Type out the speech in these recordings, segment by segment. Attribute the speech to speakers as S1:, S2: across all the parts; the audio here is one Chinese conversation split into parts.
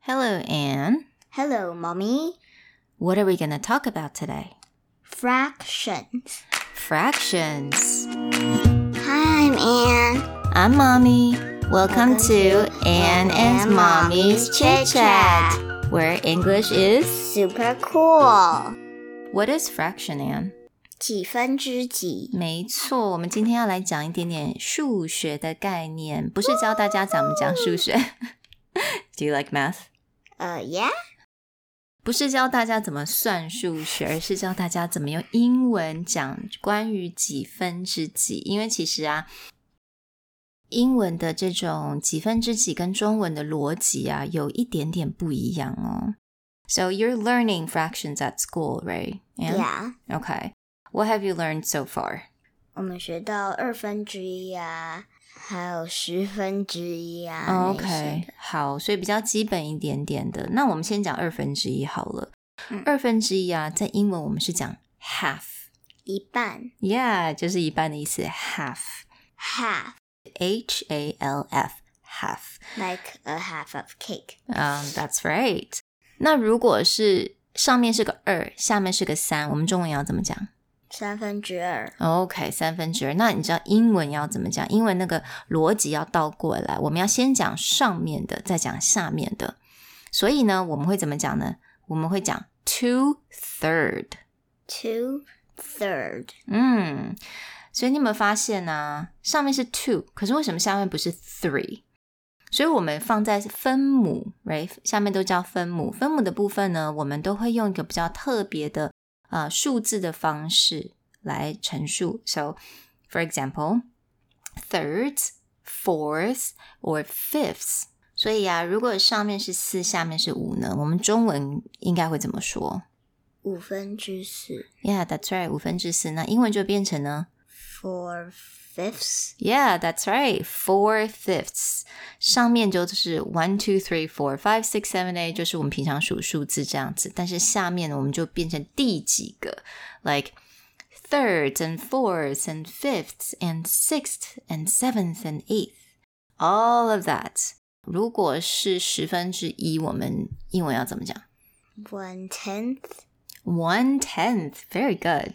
S1: Hello, Anne.
S2: Hello, mommy.
S1: What are we going to talk about today?
S2: Fractions.
S1: Fractions.
S2: Hi, I'm Anne.
S1: I'm Mommy. Welcome, to Anne and Mommy's Chit Chat, where English is.
S2: Super cool.
S1: What is fraction, Anne?
S2: 几分之几？
S1: 没错，我们今天要来讲一点点数学的概念，不是教大家怎么讲数学。Do you like math?
S2: 呃、yeah.
S1: 不是教大家怎么算数学，而是教大家怎么用英文讲关于几分之几。因为其实啊，英文的这种几分之几跟中文的逻辑啊，有一点点不一样哦。So you're learning fractions at school, right? Anne?
S2: Yeah.
S1: Okay. What have you learned so far?
S2: 我们学到二分之一啊，还有十分之一啊。
S1: Oh,
S2: 那些
S1: OK，好，所以比较基本一点点的。那我们先讲二分之一好了
S2: 嗯。
S1: 二分之一啊，在英文我们是讲 half。
S2: 一半
S1: Yeah，就是一半的意思，half，h
S2: ，half
S1: a l f，half。
S2: like a half of cake。
S1: 嗯、t h a t s right。那如果是上面是个二，下面是个三，我们中文要怎么讲
S2: 三分之二。
S1: ？OK，三分之二。那你知道英文要怎么讲？英文那个逻辑要倒过来，我们要先讲上面的，再讲下面的。所以呢，我们会怎么讲呢？我们会讲 two third。
S2: Two third。
S1: 嗯，所以你有没有发现呢、上面是 two，可是为什么下面不是 three？所以我们放在分母，right？下面都叫分母。分母的部分呢，我们都会用一个比较特别的呃数字的方式来陈述。So, for example, thirds, fourths or fifths。所以啊，如果上面是四，下面是五呢，我们中文应该会怎么说
S2: 五分之四。
S1: ？Yeah, that's right，五分之四。那英文就变成呢？
S2: Four fifths。
S1: Yeah, that's right. Four fifths. 上面就是 one, two, three, four, five, six, seven, eight，就是我们平常数数字这样子。但是下面呢，我们就变成第几个，like thirds and fourths and fifths and sixth and seventh and eighth. All of that. 如果是十分之一，我们英文要怎么讲
S2: One tenth。
S1: ？One tenth. Very good.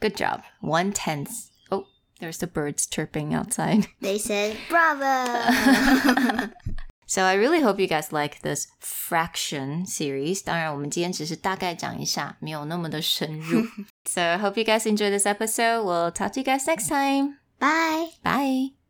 S1: Good job. One tenth. Oh, there's the birds chirping outside.
S2: They said bravo.
S1: So I really hope you guys like this fraction series. 当然，我们今天只是大概讲一下，没有那么的深入。so I hope you guys enjoy this episode. We'll talk to you guys next time.
S2: Bye.
S1: Bye.